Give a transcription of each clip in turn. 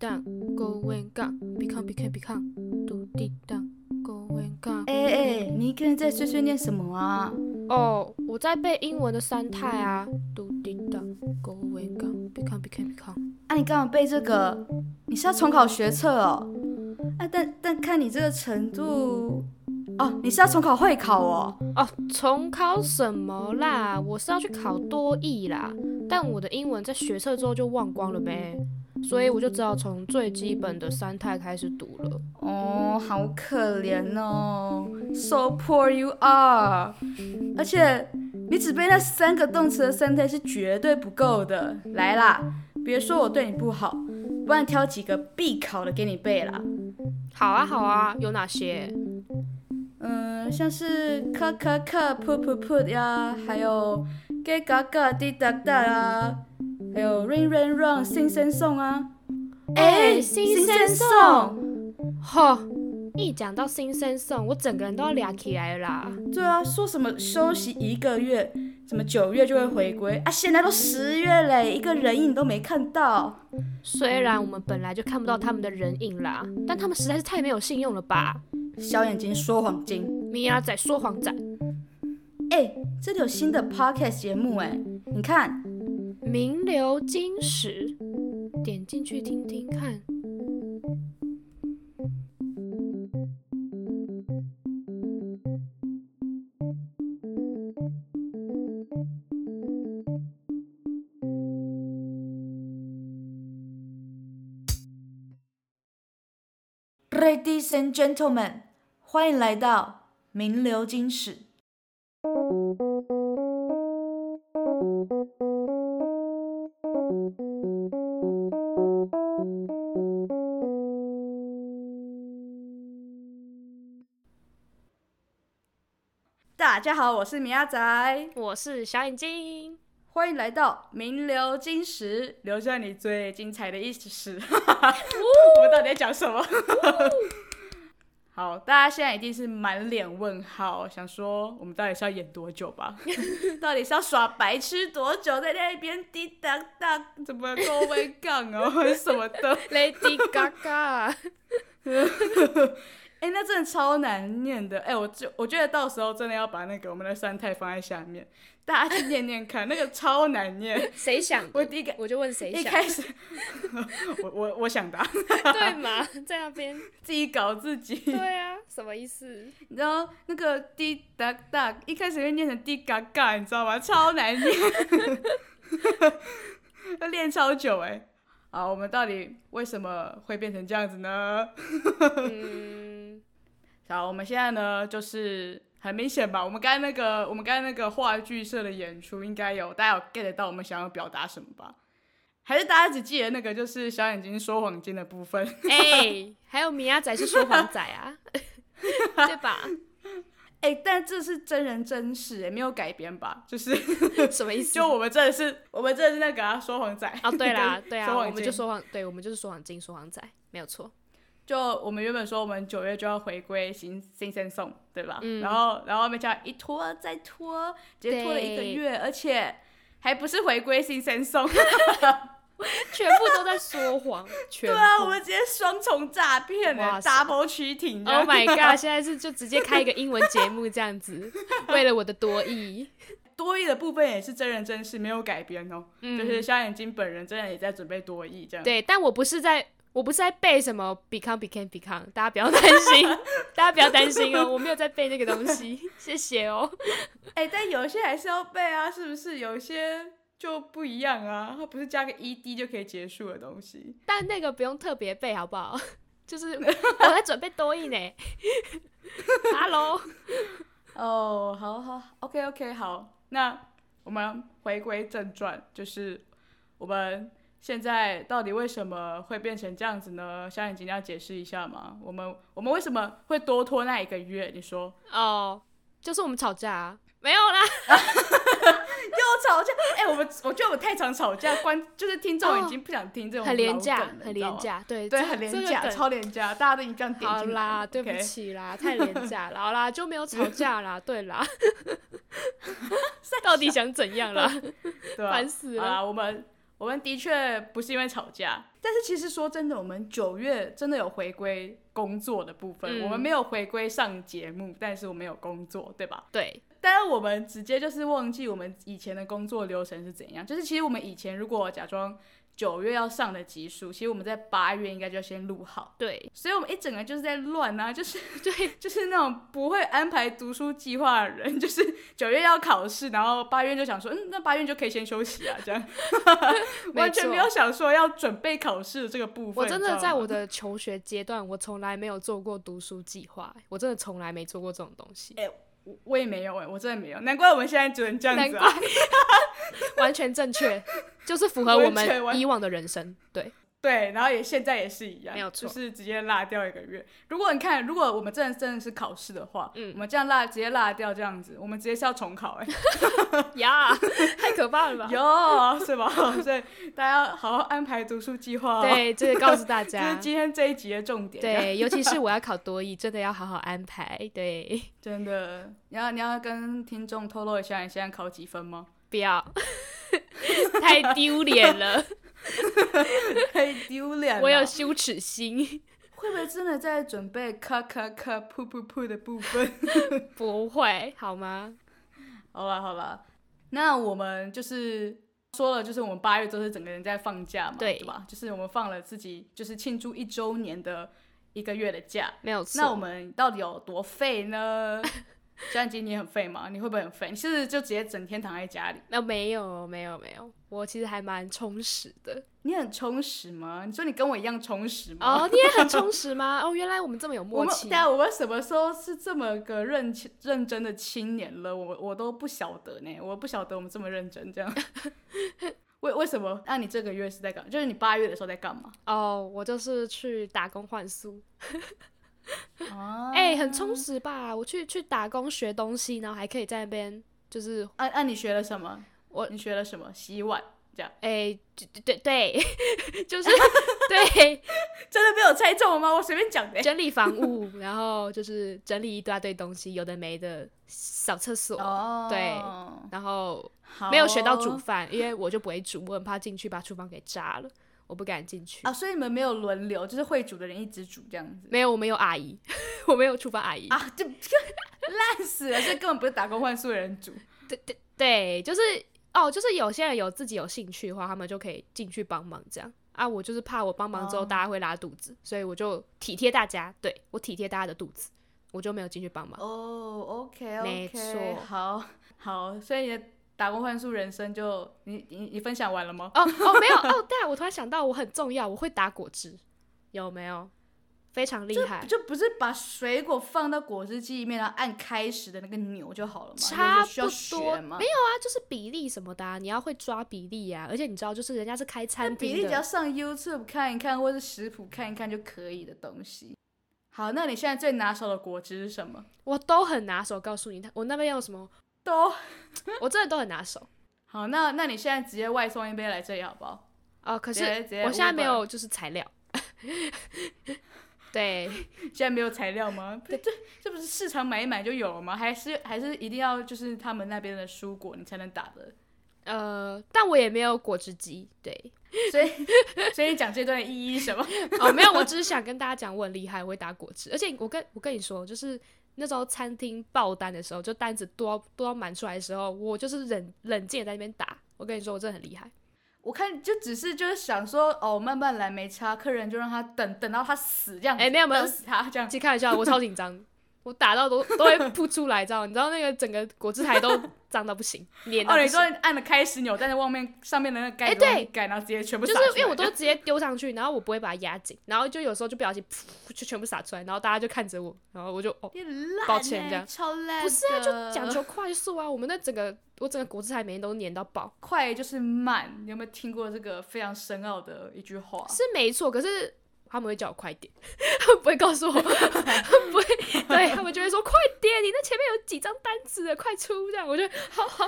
down, go and go, become become become, do di down, go and go。哎哎，你一个人在碎碎念什么啊？哦，我在背英文的三态啊，do di down, go and go, become become become。啊，你干嘛背这个？你是要重考学测哦？啊，但但看你这个程度，哦，你是要重考会考哦？哦，重考什么啦？我是要去考多译啦，但我的英文在学测之后就忘光了呗，所以我就只好从最基本的三态开始读了。哦，好可怜哦，so poor you are。而且你只背那三个动词的三态是绝对不够的。来啦，别说我对你不好，不然挑几个必考的给你背啦。好啊，好啊，有哪些？嗯，像是咳咳咳、噗噗噗呀，还有 ga ga ga、滴答答啊，还有 ring ring run、新生颂啊。哎新新生生颂，颂吼，一讲到新生颂，我整个人都要俩起来了啦。对啊，说什么休息一个月，什么九月就会回归啊，现在都十月嘞，一个人影都没看到。虽然我们本来就看不到他们的人影啦，但他们实在是太没有信用了吧！小眼睛说谎精，米娅仔说谎仔，哎、这里有新的 podcast 节目哎，你看，名流金石，点进去听听看。 Ladies and gentlemen，欢迎来到名流金史。大家好，我是米亚仔，我是小眼睛，欢迎来到名流金史，留下你最精彩的一史。我们到底在讲什么？好，大家现在一定是满脸问号，想说我们到底是要演多久吧？ 到底是要耍白痴多久，在那边滴答答，怎么高位杠哦， 还是什么的？ Lady Gaga，哎、那真的超难念的。哎、我就我觉得到时候真的要把那个我们的三态放在下面，大家去念念看，那个超难念。 谁想？ 我第一个我就问谁一想，开始，我我我想答，对 嘛？在那边， 自己搞自己。 对啊，什么意思？你知道那个滴答答，一开始会念成滴嘎嘎，你知道吗？超难念， 要练超久哎、好，我们到底为什么会变成这样子呢？嗯，好，我们现在呢，就是很明显吧，我们刚才那个，我们刚才那个话剧社的演出，应该有大家有 get 到我们想要表达什么吧？还是大家只记得那个就是小眼睛说谎精的部分？哎、还有米娅仔是说谎仔 啊，对吧？哎、但这是真人真事、哎，没有改编吧？就是 什么意思？就我们真的是，我们真的是那个、啊、说谎仔哦，对啦， 跟对啊，说谎我们精就说谎，对，我们就是说谎精、说谎仔，没有错。就我们原本说我们九月就要回归新新生颂，对吧？嗯然后然后没想到一拖再拖，直接拖了一个对月，而且还不是回归新生颂，全部都在说 谎，全对部。啊，我们直接双重诈骗了哇塞，double cheating 这样。 Oh my god！现在是就直接开一个英文节目这样子， 为了我的多义。 多译的部分也是真人真事，没有改编哦，嗯就是小眼睛本人真的也在准备多译这样。对，但我不是在，我不是在背什么 become became become，大家不要担心， 大家不要担心哦，我没有在背那个东西，谢谢哦。哎、但有些还是要背啊，是不是？有些就不一样啊，它不是加个 ed 就可以结束的东西。但那个不用特别背，好不好？就是我在准备多义呢。Hello， 哦，好好，OK OK，好，那我们回归正传，就是我们现在到底为什么会变成这样子呢？小眼睛你要解释一下吗？我们我们为什么会多拖那一个月？你说哦、就是我们吵架、啊，没有啦。又吵架？哎、我们 我觉得我们太常吵架，观就是听众已经不想听这种、很廉价，很廉，价，对对，这很廉这个价，梗超廉价，大家都已经这样点好进来啦，了对不 OK 起啦，太廉价了，好啦，就没有 吵架啦，对啦，到底想怎样啦？ 对啊啊烦死好了啦，我们我们的确不是因为吵架，但是其实说真的，我们九月真的有回归工作的部分，嗯我们没有回归上节目，但是我们有工作，对吧？对，但是我们直接就是忘记我们以前的工作流程是怎样，就是其实我们以前如果假装九月要上的集数，其实我们在八月应该就要先录好。对，所以我们一整个就是在乱啊，就是 对，就是那种不会安排读书计划的人， 就是九月要考试，然后八月就想说，嗯，那八月就可以先休息啊，这样 完全没有想说要准备考试的这个啊部分。我真你知道的吗在我的求学阶段，我从来没有做过读书计划，我真的从来没做过这种东西，我我也没有哎、我真的没有，难怪我们现在只能这样难子怪啊。 完全正确，就是符合我完全们完以往的人生。 对，对，然后也现在也是一样，没有错就是直接落掉一个月。如果你看，如果我们真的真的是考试的话，嗯我们这样落直接落掉这样子，我们直接是要重考 哎、呀，太可怕了吧？有是吧？ 所以大家要好好安排读书计划、哦。对，这个告诉大 这是家，今天这一集的重点。，对，尤其是我要考多艺，真的要好好安排。对，真的，你要你要跟听众透露一下你现在考几分吗？ 不要， 太丢脸 了，太丢脸了！我有羞耻心。 会不会真的在准备咔咔咔、噗噗噗的部分？ 不会好吗？好了好了，那我们就是说了，就是我们八月都是整个人在放假嘛，对对吧？就是我们放了自己就是庆祝一周年的一个月的假。没有错。那我们到底有多废呢？ 小眼睛，你很废吗？你会不会很废？你是不是就直接整天躺在家里？那没有没有没有，我其实还蛮充实的。你很充实吗？你说你跟我一样充实吗？哦，你也很充实吗？ 哦，原来我们这么有我默们契对。啊，我们什么时候是这么个认清认真的青年了？我我都不晓得呢，我不晓得我们这么认真这样。 为为什么？那、你这个月是在干？就是你八月的时候在干嘛？哦，我就是去打工换宿，啊哎、很充实吧？我去去打工学东西，然后还可以在那边就是，按啊按、你学了什么？我你学了什么？洗碗这样， 哎、对对对， 就是对真的被我猜中了吗？我随便讲的、整理房屋，然后就是整理一大堆东西，有的没的，扫厕所， 哦对然后好没有学到煮哦饭，因为我就不会煮，我很怕进去把厨房给炸了，我不敢进去。啊，所以你们没有轮流，就是会煮的人一直煮这样子。没有，我们有阿姨， 我们有厨房阿姨。啊，就 烂死了，这根本不是打工换宿的人煮。对，就是哦，就是有些人有自己有兴趣的话，他们就可以进去帮忙这样啊。我就是怕我帮忙之后哦大家会拉肚子，所以我就体贴大家，对我体贴大家的肚子，我就没有进去帮忙。哦，OK，OK，没错好好，所以你的打工换宿人生就你你你分享完了吗？哦哦，没有哦，对啊，我突然想到我很重要，我会打果汁，有没有？非常厉害，就不是把水果放到果汁机里面，然后按开始的那个钮就好了吗？差有需要不多学吗没？有啊，就是比例什么的、啊，你要会抓比例啊。而且你知道，就是人家是开餐比厅例只要的，上 YouTube 看一看，或是食谱看一看就可以的东西。好，那你现在最拿手的果汁是什么？我都很拿手。告诉你，我那边有什么，都我真的都很拿手好，那那你现在直接外送一杯来这里好不好？哦。可可是直接我现在没 Uber，有就是材料。 对，现在没有材料吗？这这这不是市场买一买就有了吗？还是还是一定要就是他们那边的蔬果你才能打的？ 呃，但我也没有果汁机。对，所以所以你讲这段的意义是什么？哦，没有，我只是想跟大家讲，我很厉害，我会打果汁。而且我跟我跟你说，就是那时候餐厅爆单的时候，就单子多到多到满出来的时候，我就是冷冷静的在那边打。我跟你说，我真的很厉害。 我看就只是就是想说哦，慢慢来没差，客人就让他等等到他死这样子，哎没有没有等死他这样。其实开玩笑，我超紧张， 我打到都都会吐出来，知道吗？你知道那个整个果汁台都脏到不 行，脸到哦，不你行说。按了开始钮，但是外面上面的那个盖哎子忘对记盖，然后直接全部就撒是因为出我来都直接丢上去，然后我不会把它压紧，然后就有时候就不小心噗就全部洒出来，然后大家就看着我，然后我就哦，你很烂抱歉欸这样超烂的，不是啊，就讲究快速啊。我们那整个我整个果汁台每天都粘到爆，快就是慢，你有没有听过这个非常深奥的一句话？是没错，可是他们会叫我快点，啊 他们不会告诉我，他们不会， 对他们就会说快点，你那前面有几张单子了，快出这样，我就好好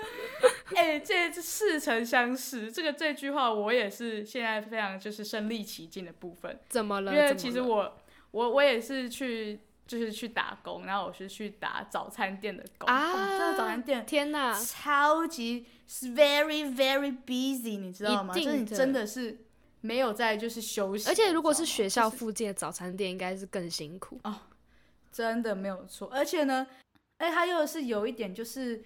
哎、这这似曾相识，这个这句话我也是现在非常就是身临其境的部分，怎么因了？为怎么其实了我我我也是去就是去打工，然后我是去打早餐店的工。啊哦真的早餐店天哪，超级是 very very busy，你知道吗？一定就是你的真的是没有在就是休息，而且如果你知道是吗学校附近的早餐店，应该是更辛苦。真的没有错。而且呢，哎，它又是有一点就是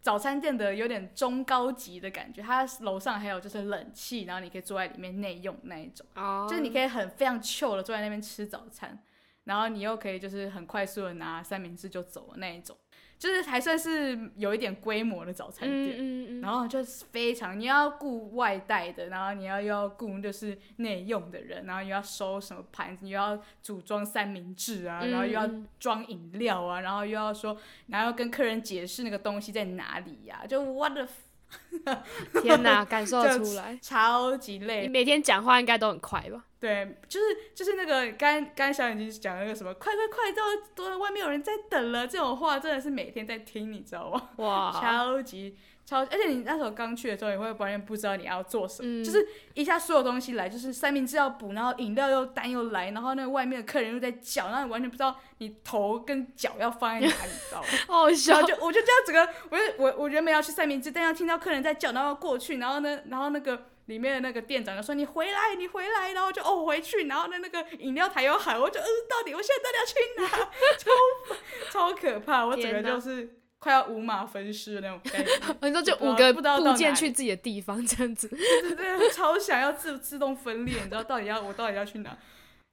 早餐店的有点中高级的感觉，它楼上还有就是冷气，然后你可以坐在里面内用那一种，哦就是你可以很非常 chill 的坐在那边吃早餐，然后你又可以就是很快速的拿三明治就走的那一种，就是还算是有一点规模的早餐嗯店。嗯嗯，然后就是非常，你要顾外带的，然后你要又要顾就是内用的人，然后又要收什么盘子，你又要组装三明治啊，嗯然后又要嗯装饮料啊，然后又要说，然后要跟客人解释那个东西在哪里呀、就 what the f- 天哪，感受得就出来。超级你累。每天讲话应该都很快吧？对，就是就是那个刚刚才小眼睛讲那个什么，快快快，到都外面有人在等了，这种话真的是每天在听，你知道吗？哇，超级超，而且你那时候刚去的时候，你会完全不知道你要做什么，嗯就是一下所有东西来，就是三明治要补，然后饮料又单又来，然后那个外面的客人又在叫，然后你完全不知道你头跟脚要放在哪里，你知道吗？好好然笑后。就我就这样整个，我就我我原本要去三明治，但要听到客人在叫，然后过去，然后呢，然后那个里面的那个店长就说你回来，你回来，然后我就哦回去，然后呢那个饮料台又喊，我就嗯到底我现在到底要去哪？ 超超可怕，我整天个哪就是快要五马分尸的那种感觉，你说就不知道五个不知道到部件哪里去自己的地方这样 子，对对对，超想要自 自动分裂，你知道到底要我到底要去哪？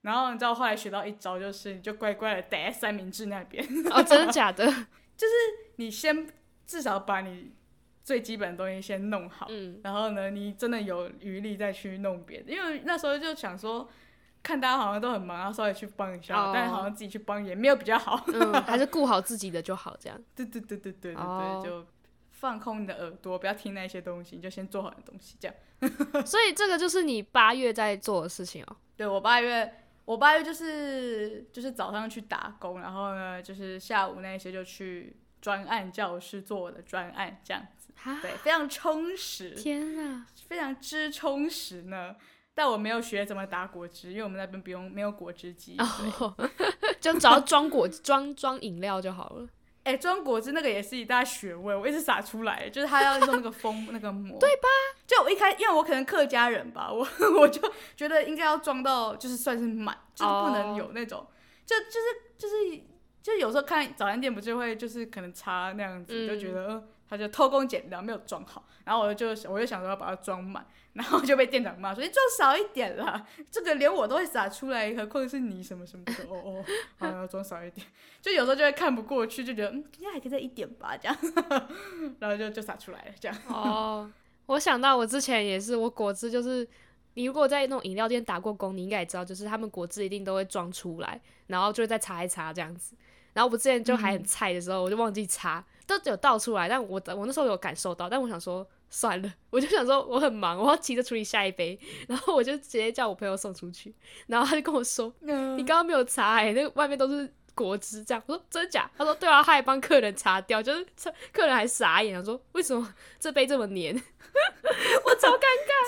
然后你知道我后来学到一招，就是你就乖乖的待在三明治那边， 哦，真的假的？你先至少把你最基本的东西先弄好，嗯，然后呢，你真的有余力再去弄别的，因为那时候就想说，看大家好像都很忙，然后稍微去帮一下哦但好像自己去帮也没有比较好。 嗯，还是顾好自己的就好，这样。对对对对对对对，哦就放空你的耳朵，不要听那些东西，你就先做好你的东西。这样，所以这个就是你八月在做的事情哦。对我八月，我八月就是就是早上去打工，然后呢，就是下午那些就去专案教室做我的专案，这样子，哈，对，非常充实。天哪！非常之充实呢。但我没有学怎么打果汁，因为我们那边不用没有果汁机。哦， 就只要装果装装饮料就好了。哎、装、果汁那个也是一大学问，我一直撒出来，就是他要用那个风那个膜，对吧？就我一开，因为我可能客家人吧，我 我就觉得应该要装到就是算是满，就是不能哦有那种就就是就是就有时候看早餐店不就会就是可能擦那样子，嗯就觉得、呃、他就偷工减料没有装好，然后我就我就想说要把它装满，然后就被店长骂说你装少一点啦，这个连我都会撒出来，何况是你什么什么的， 哦哦，好要装少一点，就有时候就会看不过去，就觉得嗯，应该还可以再一点吧，这样， 然后就就撒出来了，这样，哦，我想到我之前也是，我果汁就是，你如果在那种饮料店打过工，你应该也知道，就是他们果汁一定都会装出来，然后就会再擦一擦这样子。然后我之前就还很菜的时候，我就忘记擦，都有倒出来，但我我那时候有感受到，但我想说算了，我就想说我很忙，我要急着处理下一杯，然后我就直接叫我朋友送出去，然后他就跟我说，嗯你刚刚没有擦哎、欸，那个外面都是果汁这样。我说真假？他说对啊，他还帮客人擦掉，就是客人还傻眼，他说为什么这杯这么黏？我超尴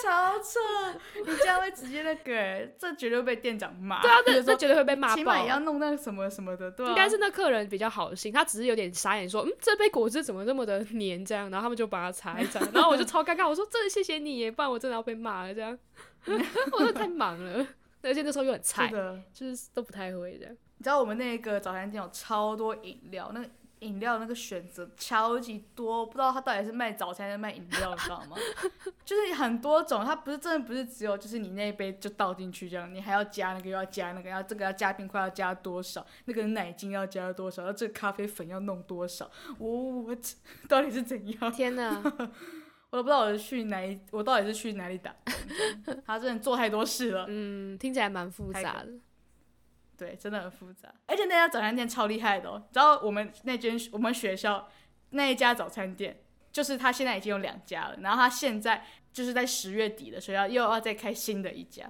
超扯，你这样会直接那个、这绝对被店长骂，尬，对 啊，就那说那绝对会被骂起爆码也要啊。弄那个什么什么的，对、啊，应该是那客人比较好心，他只是有点傻眼说，嗯，这杯果汁怎么那么的黏这样，然后他们就帮他擦一擦，然后我就超尴尬，我说真的谢谢你耶，不然我真的要被骂了这样， 我说太忙了，而且那时候又很菜真，的。就是都不太会这样，你知道我们那个早餐店有超多饮料，那个饮料那个选择超级多，不知道他到底是卖早餐还是卖饮料，你知道吗？ 就是很多种，它不是真的不是只有就是你那一杯就倒进去这样，你还要加那个又要加那个，要这个要加冰块要加多少，那个奶精要加多少，然后这个咖啡粉要弄多少，我、我这到底是怎样？天哪，我都不知道我是去哪里，我到底是去哪里打工这样？他真的做太多事了。嗯，听起来蛮复杂的，对，真的很复杂。而且那家早餐店超厉害的哦，你知道我们那间我们学校那一家早餐店，就是他现在已经有两家了，然后他现在就是在十月底的时候要又要再开新的一家，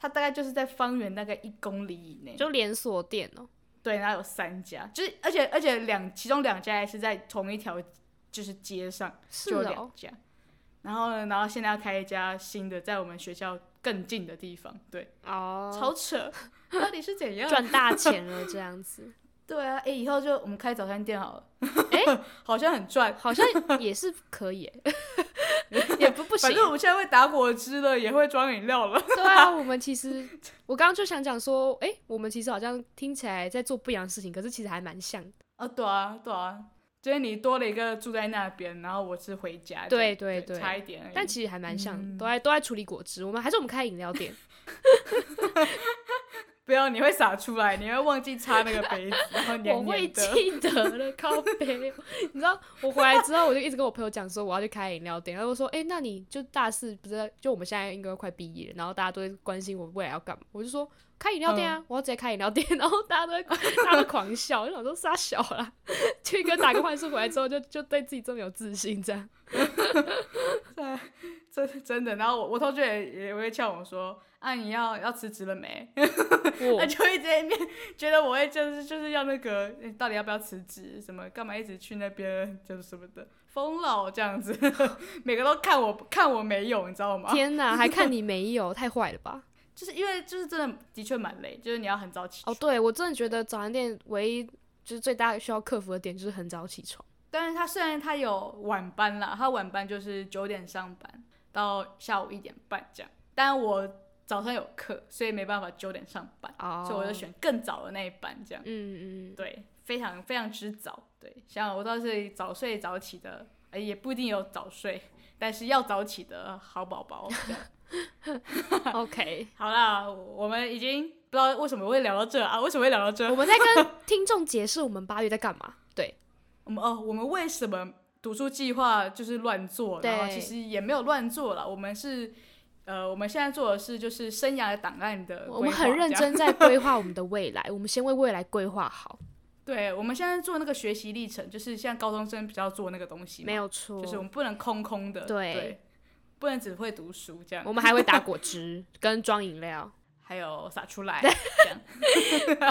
他大概就是在方圆大概一公里以内，就连锁店哦、对，然后有三家，就是而且而且两其中两家还是在同一条就是街上，是就有哦两，家。然后呢，然后现在要开一家新的，在我们学校更近的地方，对，哦， 超扯，到底是怎样？啊赚大钱了这样子。对啊，哎、以后就我们开早餐店好了。哎 好像很赚，好像也是可以耶， 也不不行反。正我们现在会打果汁了，也会装饮料了。 对啊，我们其实我刚刚就想讲说，哎、我们其实好像听起来在做不一样的事情，可是其实还蛮像。啊，对啊，对啊， 就是你多了一个住在那边，然后我是回家这对样。对对对差一点而已。但其实还蛮像的，都在都在处理果汁。我们还是我们开饮料店，不要，你会洒出来，你会忘记擦那个杯子，然后我黏会黏的。 记得了，靠背。你知道我回来之后，我就一直跟我朋友讲说我要去开饮料店，然后我说，哎、那你就大四不是就我们现在应该快毕业了，然后大家都会关心我未来要干嘛，我就说开饮料店啊，我要直接开饮料店，然后大家都会 大家都狂笑，我就想说傻小啦，去跟打个幻术回来之后就就对自己这么有自信这样。真真的，然后我我同学也也会呛我说：“啊，你要要辞职了没？”我 他就一直在面觉得我会就是就是要那个，你到底要不要辞职？什么干嘛一直去那边就是什么的，疯了哦这样子， 每个都看我看我没有，你知道吗？天哪，还看你没有，太坏了吧？就是因为就是真的的确蛮累，就是你要很早起哦，对我真的觉得早餐店唯一就是最大需要克服的点就是很早起床。但是他虽然他有晚班啦，他晚班就是九点上班到下午一点半这样，但我早上有课，所以没办法九点上班，哦，所以我就选更早的那一班这样。嗯嗯对，非常非常之早。对，像我倒是早睡早起的，哎，也不一定有早睡，但是要早起的好宝宝。 这样嗯，OK。好啦，我们已经不知道为什么会聊到这啊？为什么会聊到这我？们在跟听众解释我们八月在干嘛。对，我们哦，我们为什么读书计划就是乱做？然后对其实也没有乱做了，我们是呃，我们现在做的是就是生涯档案的我们呃规划很认这真样。在规划我们的未来，我 们先为未来规划好，对，我们现在做那个学习历程，就是像高中生比较做那个东西嘛，没有错。就是我们不能空空的，对不能只会读书这样，我们还会打果汁跟装饮 料。呃还有撒出来这样。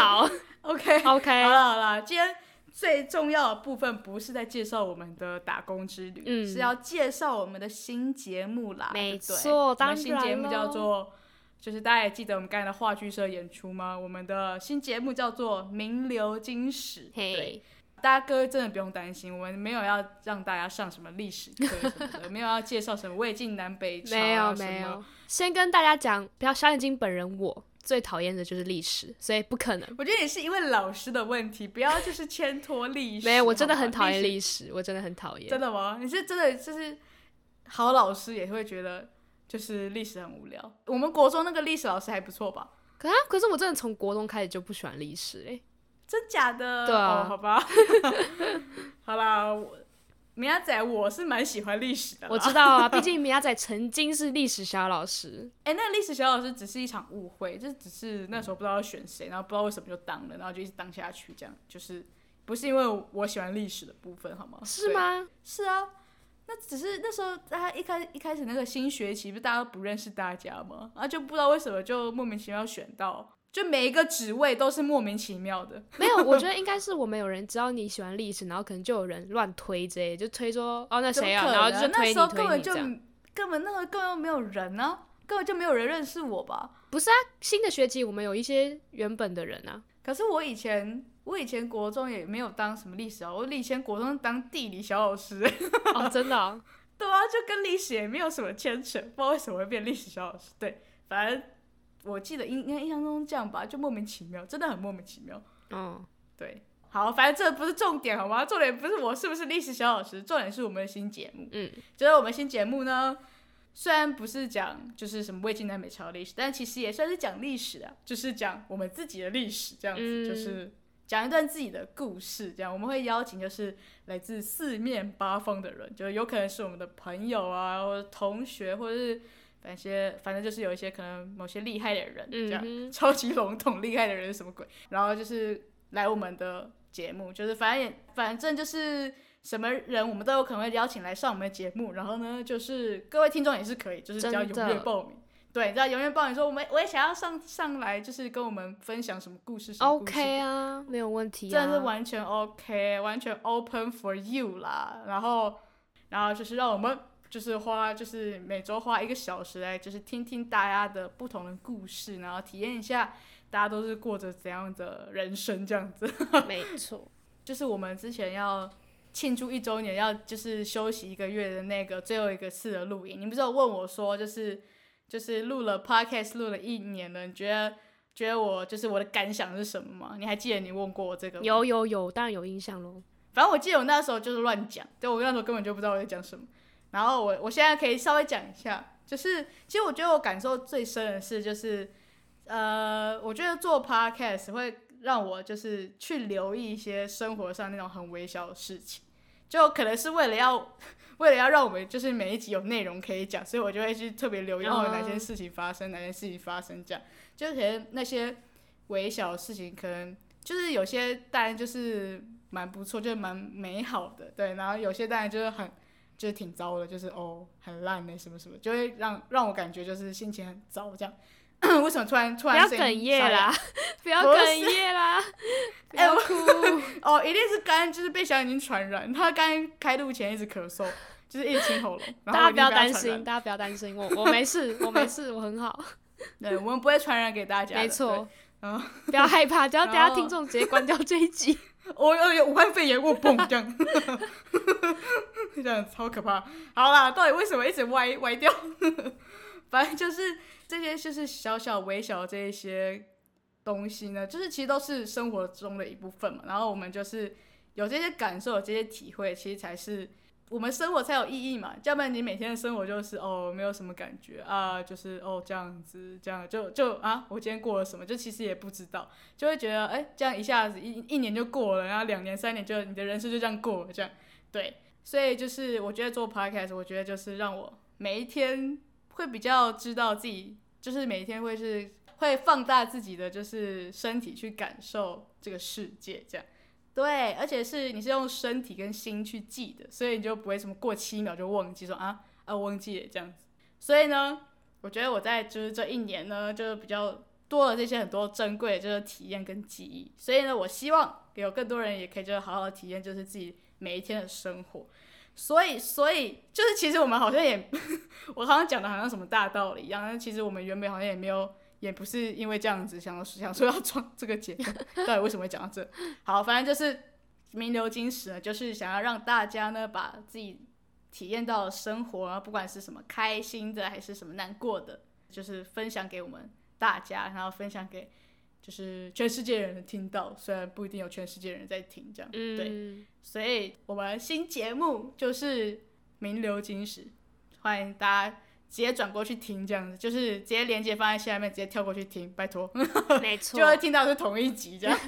好 OK，好 ，OK，了好了，今天最重要的部分不是在介绍我们的打工之旅，嗯是要介绍我们的新节目啦，没对不对错我当们然新节目叫咯做。就是大家也记得我们刚才的话剧社演出吗？我们的新节目叫做《名流金史》，对，嘿，大家各位真的不用担心，我们没有要让大家上什么历史课什么的，没有要介绍什么魏晋南北朝、啊、没有什么没有。先跟大家讲，不要小眼睛本人我最讨厌的就是历史，所以不可能。我觉得也是因为老师的问题，不要就是牵拖历史。 没有，我真的好吗很讨厌历历史，我真的很讨史。厌真。的吗？你是真的就是好老师也会觉得就是历史很无聊。我们国中那个历史老师还不错吧？可啊，可是我真的从国中开始就不喜欢历史 哎。真假的？对啊哦、好吧。 好啦，我明仔仔我是蛮喜欢历史的啦。我知道啊，毕竟米亚仔曾经是历史小老师，哎、那个历史小老师只是一场误会，就是只是那时候不知道要选谁，然后不知道为什么就当了，然后就一直当下去，这样就是不是因为我喜欢历史的部分好吗？是对？吗？是啊，那只是那时候大家一开一开始那个新学期，不是大家都不认识大家吗？然后就不知道为什么就莫名其妙选到，就每一个职位都是莫名其妙的。没有，我觉得应该是我们有人知道你喜欢历史，然后可能就有人乱推之类，就推说哦那怎么谁啊，可然后能就那推你时候根推本你就这样。根本那时候根本没有人啊，根本就没有人认识我吧？不是啊，新的学期我们有一些原本的人啊，可是我以前，我以前国中也没有当什么历史哦，我以前国中当地理小老师，哦真的哦、对啊，就跟历史也没有什么牵扯，不知道为什么会变历史小老师。对，反正我记得应应该印象中这样吧，就莫名其妙，真的很莫名其妙。嗯，对，好，反正这不是重点，好吗？重点不是我是不是历史小老师，重点是我们的新节目。嗯，就是我们新节目呢，虽然不是讲就是什么魏晋南北朝历史，但其实也算是讲历史啊，就是讲我们自己的历史这样子，嗯就是讲一段自己的故事这样。我们会邀请就是来自四面八方的人，就是有可能是我们的朋友啊，或者同学，或者是反正反正就是有一些可能某些厉害的人 这嗯样。哼超级笼统厉害的人是什么鬼？然后就是来我们的节目，就是反正也反正就是什么人我们都有可能会邀请来上我们的节目。然后呢，就是各位听众也是可以，就是只要真踊的跃报名。对，只要踊跃报名说我们我也想要上上来，就是跟我们分享什么故事什么故事。 ，OK 啊，没有问题真的是啊。完全 OK，完全 open for you 啦。然后，然后就是让我们就是花就是每周花一个小时来就是听听大家的不同的故事，然后体验一下大家都是过着怎样的人生这样子。没 错，就是我们之前要庆祝一周年，要就是休息一个月的那个最后一个次的录影，你不是有问我说，就是就是录了 podcast 录了一年了，你觉得觉得我就是我的感想是什么吗？你还记得你问过我这个吗？有有有，当然有印象喽。反正我记得我那时候就是乱讲，对我那时候根本就不知道我在讲什么。然后我我现在可以稍微讲一下，就是其实我觉得我感受最深的是，就是呃，我觉得做 podcast 会让我就是去留意一些生活上那种很微小的事情，就可能是为了要 为了要让我们就是每一集有内容可以讲，所以我就会去特别留意嗯哦哪些事情发生，哪些事情发生这样，就是可能那些微小的事情可能。就是有些当然就是蛮不错，就是蛮美好的，对。然后有些当然就是很就是挺糟的，就是哦很烂的、什么什么，就会让让我感觉就是心情很糟这样。 为什么突然突不然要声音啊哽咽啊沙哑啦，不要不是哽咽 啦，不哎要我哭。哦，一定是刚刚就是被小眼睛传染，他刚刚开录前一直咳嗽，就是一直清喉咙，然大家后我一不定要被担他传心，染。大家不要担心， 我我没事，我没事，我很好，对，我们不会传染给大家的。没错。然后不要害 怕，只要等然下后听众直接关掉这一集。对，我有有武汉肺炎，我蹦这样， 这样超可怕。好啦，到底为什么一直歪歪掉？ 反正就是这些，就是小小微小的这一些东西呢，就是其实都是生活中的一部分嘛。然后我们就是有这些感受，有这些体会，其实才是我们生活才有意义嘛。要不然你每天的生活就是哦，没有什么感觉啊，就是哦这样子，这样就就啊，我今天过了什么，就其实也不知道，就会觉得哎，这样一下子一一年就过了，然后两年、三年就你的人生就这样过了，这样对。所以就是我觉得做 podcast，我觉得就是让我每一天会比较知道自己，就是每一天会是会放大自己的就是身体去感受这个世界，这样。对，而且是你是用身体跟心去记的，所以你就不会什么过七秒就忘记说啊啊忘记了这样子。所以呢，我觉得我在就是这一年呢，就是比较多了这些很多珍贵的就是体验跟记忆。所以呢，我希望有更多人也可以就是好好体验就是自己每一天的生活。所以，所以就是其实我们好像也， 我好像讲的好像什么大道理一样，但其实我们原本好像也没有，也不是因为这样子想要想说要装这个节目， 到底为什么会讲到这？好，反正就是名流金石呢，就是想要让大家呢把自己体验到的生活，啊然后不管是什么开心的还是什么难过的，就是分享给我们大家，然后分享给就是全世界人听到，虽然不一定有全世界人在听这样， 对。 嗯，所以我们新节目就是《名流金石》，欢迎大家直接转过去听，这样子就是直接连接放在下面，直接跳过去听，拜托，没错就。会听到是同一集 这样。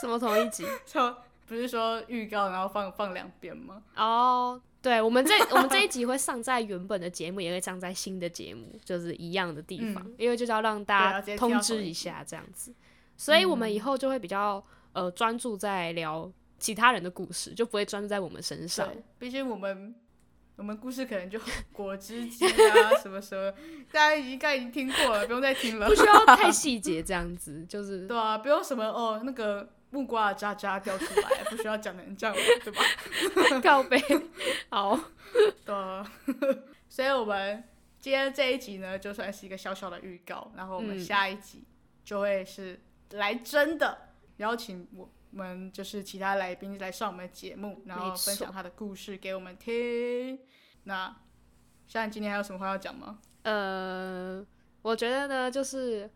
什么同一 集？就不是说预告然后放放两遍吗？哦、对，我们这我们这一集会上在原本的节目，也会上在新的节目，就是一样的地方，因为就是要让嗯对大要直家接通跳知同一一下这样子，所以我们以后就会比较呃专注在聊其他人的故事，就不会专注在我们身上。对，毕竟我们。我们故事可能就果汁机啊，什么什么，大家已经该已经听过了，不用再听 了不。需要太细节，这样子 就是对啊，不用什么哦，那个木瓜的渣渣掉出来，不需要讲成这样，对吧？告白。 好，的，啊 所以我们今天这一集呢，就算是一个小小的预告，然后我们嗯下一集就会是来真的邀请我们就是其他来宾来上我们的节目，然后没错分享他的故事给我们听。那像你今天还有什么话要讲吗？呃，我觉得呢，就是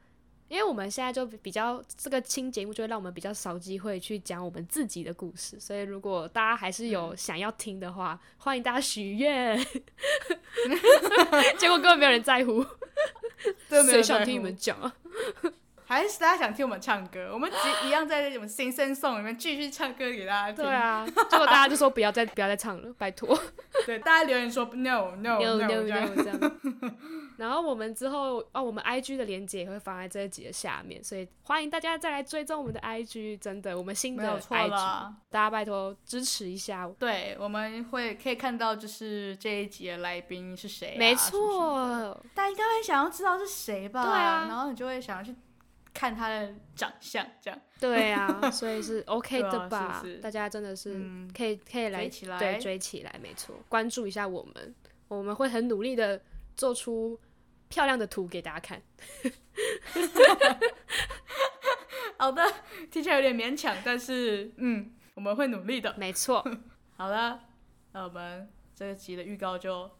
因为我们现在就比较这个轻节目，就会让我们比较少机会去讲我们自己的故事，所以如果大家还是有嗯想要听的话，欢迎大家许愿。 结果根本没有人在乎，真的没有谁人想在听你乎们讲啊？还是大家想听我们唱歌？我们只是一样在我们新生颂里面继续唱歌给大家听。 对啊，结果大家就说不要再不要再唱了，拜托。对，大家留言说 no no no no 这样 no 这 样。然后我们之后哦，我们 IG 的连接也会放在这一集的下面，所以欢迎大家再来追踪我们的 IG，真的，我们新没有的错 IG，啦大。家拜托支持一下。对，我们会可以看到，就是这一集的来宾是谁啊、没什么什么的，错，大家应该会想要知道是谁吧？对啊然后你就会想要去看他的长相，这样对啊，所以是 OK 对啊的吧？是不是大家真的是嗯可以、可以来追起来对追起来，没错，关注一下我们，我们会很努力的做出漂亮的图给大家看。好的，听起来有点勉强，但是嗯，我们会努力的。没错， 好了，那我们这集的预告就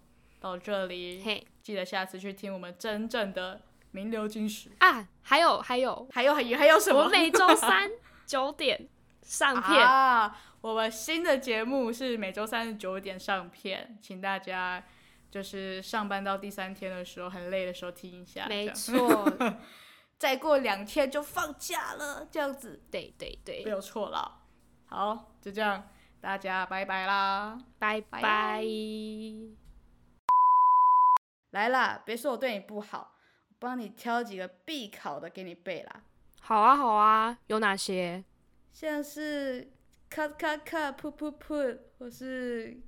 到这里，嘿记得下次去听我们真正的名流金石。啊，还有还有，还有还有还有什我么？每周三九点上片，啊！我们新的节目是每周三九点上片，请大家就是上班到第三天的时候很累的时候听一下。这没样错，再过两天就放假了，这样子对对没对，有错啦。好，就这样，大家拜拜啦！拜拜拜。来啦，别说我对你不好，我帮你挑几个必考的给你背啦，好啊好啊，有哪些？像是咔咔咔、噗噗噗，或是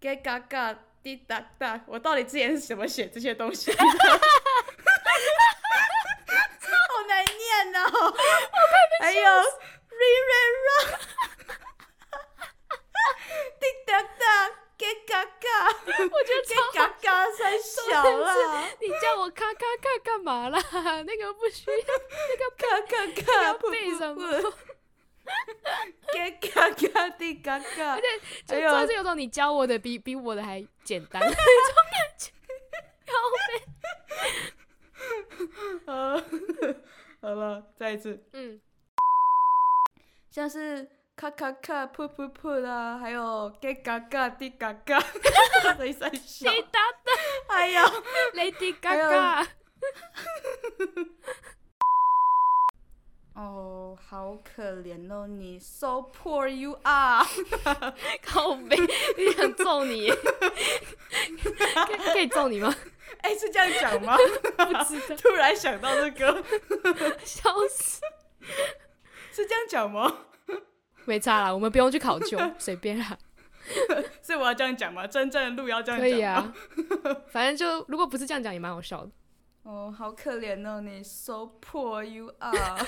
嘎嘎嘎、滴答答。我到底之前是怎么写这些东西的？好难念哦！哎我还有 re re ra，滴答答，嘎嘎嘎，我觉得超嘎嘎太小 啦。 你叫我咔咔咔干嘛啦？ 那个不需要嘎嘎嘎，噗背什 噗么噗，嘎嘎嘎滴嘎嘎， 而就哎呦就是有种你教我的比比我的还简 单那种感觉。好美，呃， 好了，再一次，嗯，像是咔咔咔噗噗噗啦，还有嘎嘎嘎滴嘎 嘎，谁在笑？滴答答 哎呦，嗯，Lady 还有 Gaga，哦，好可怜哦，你 so poor you are，靠背，你想揍你耶？可以可以揍你吗？ 哎，是这样讲吗？不知道， 突然想到这个，笑死，是这样讲吗？没差啦，我们不用去考究，随便啦，是我要这样讲吗？真正的路 要这样可讲吗？以啊。反正就如果不是这样讲，也蛮好笑的。哦，好可怜哦，你 so poor you are。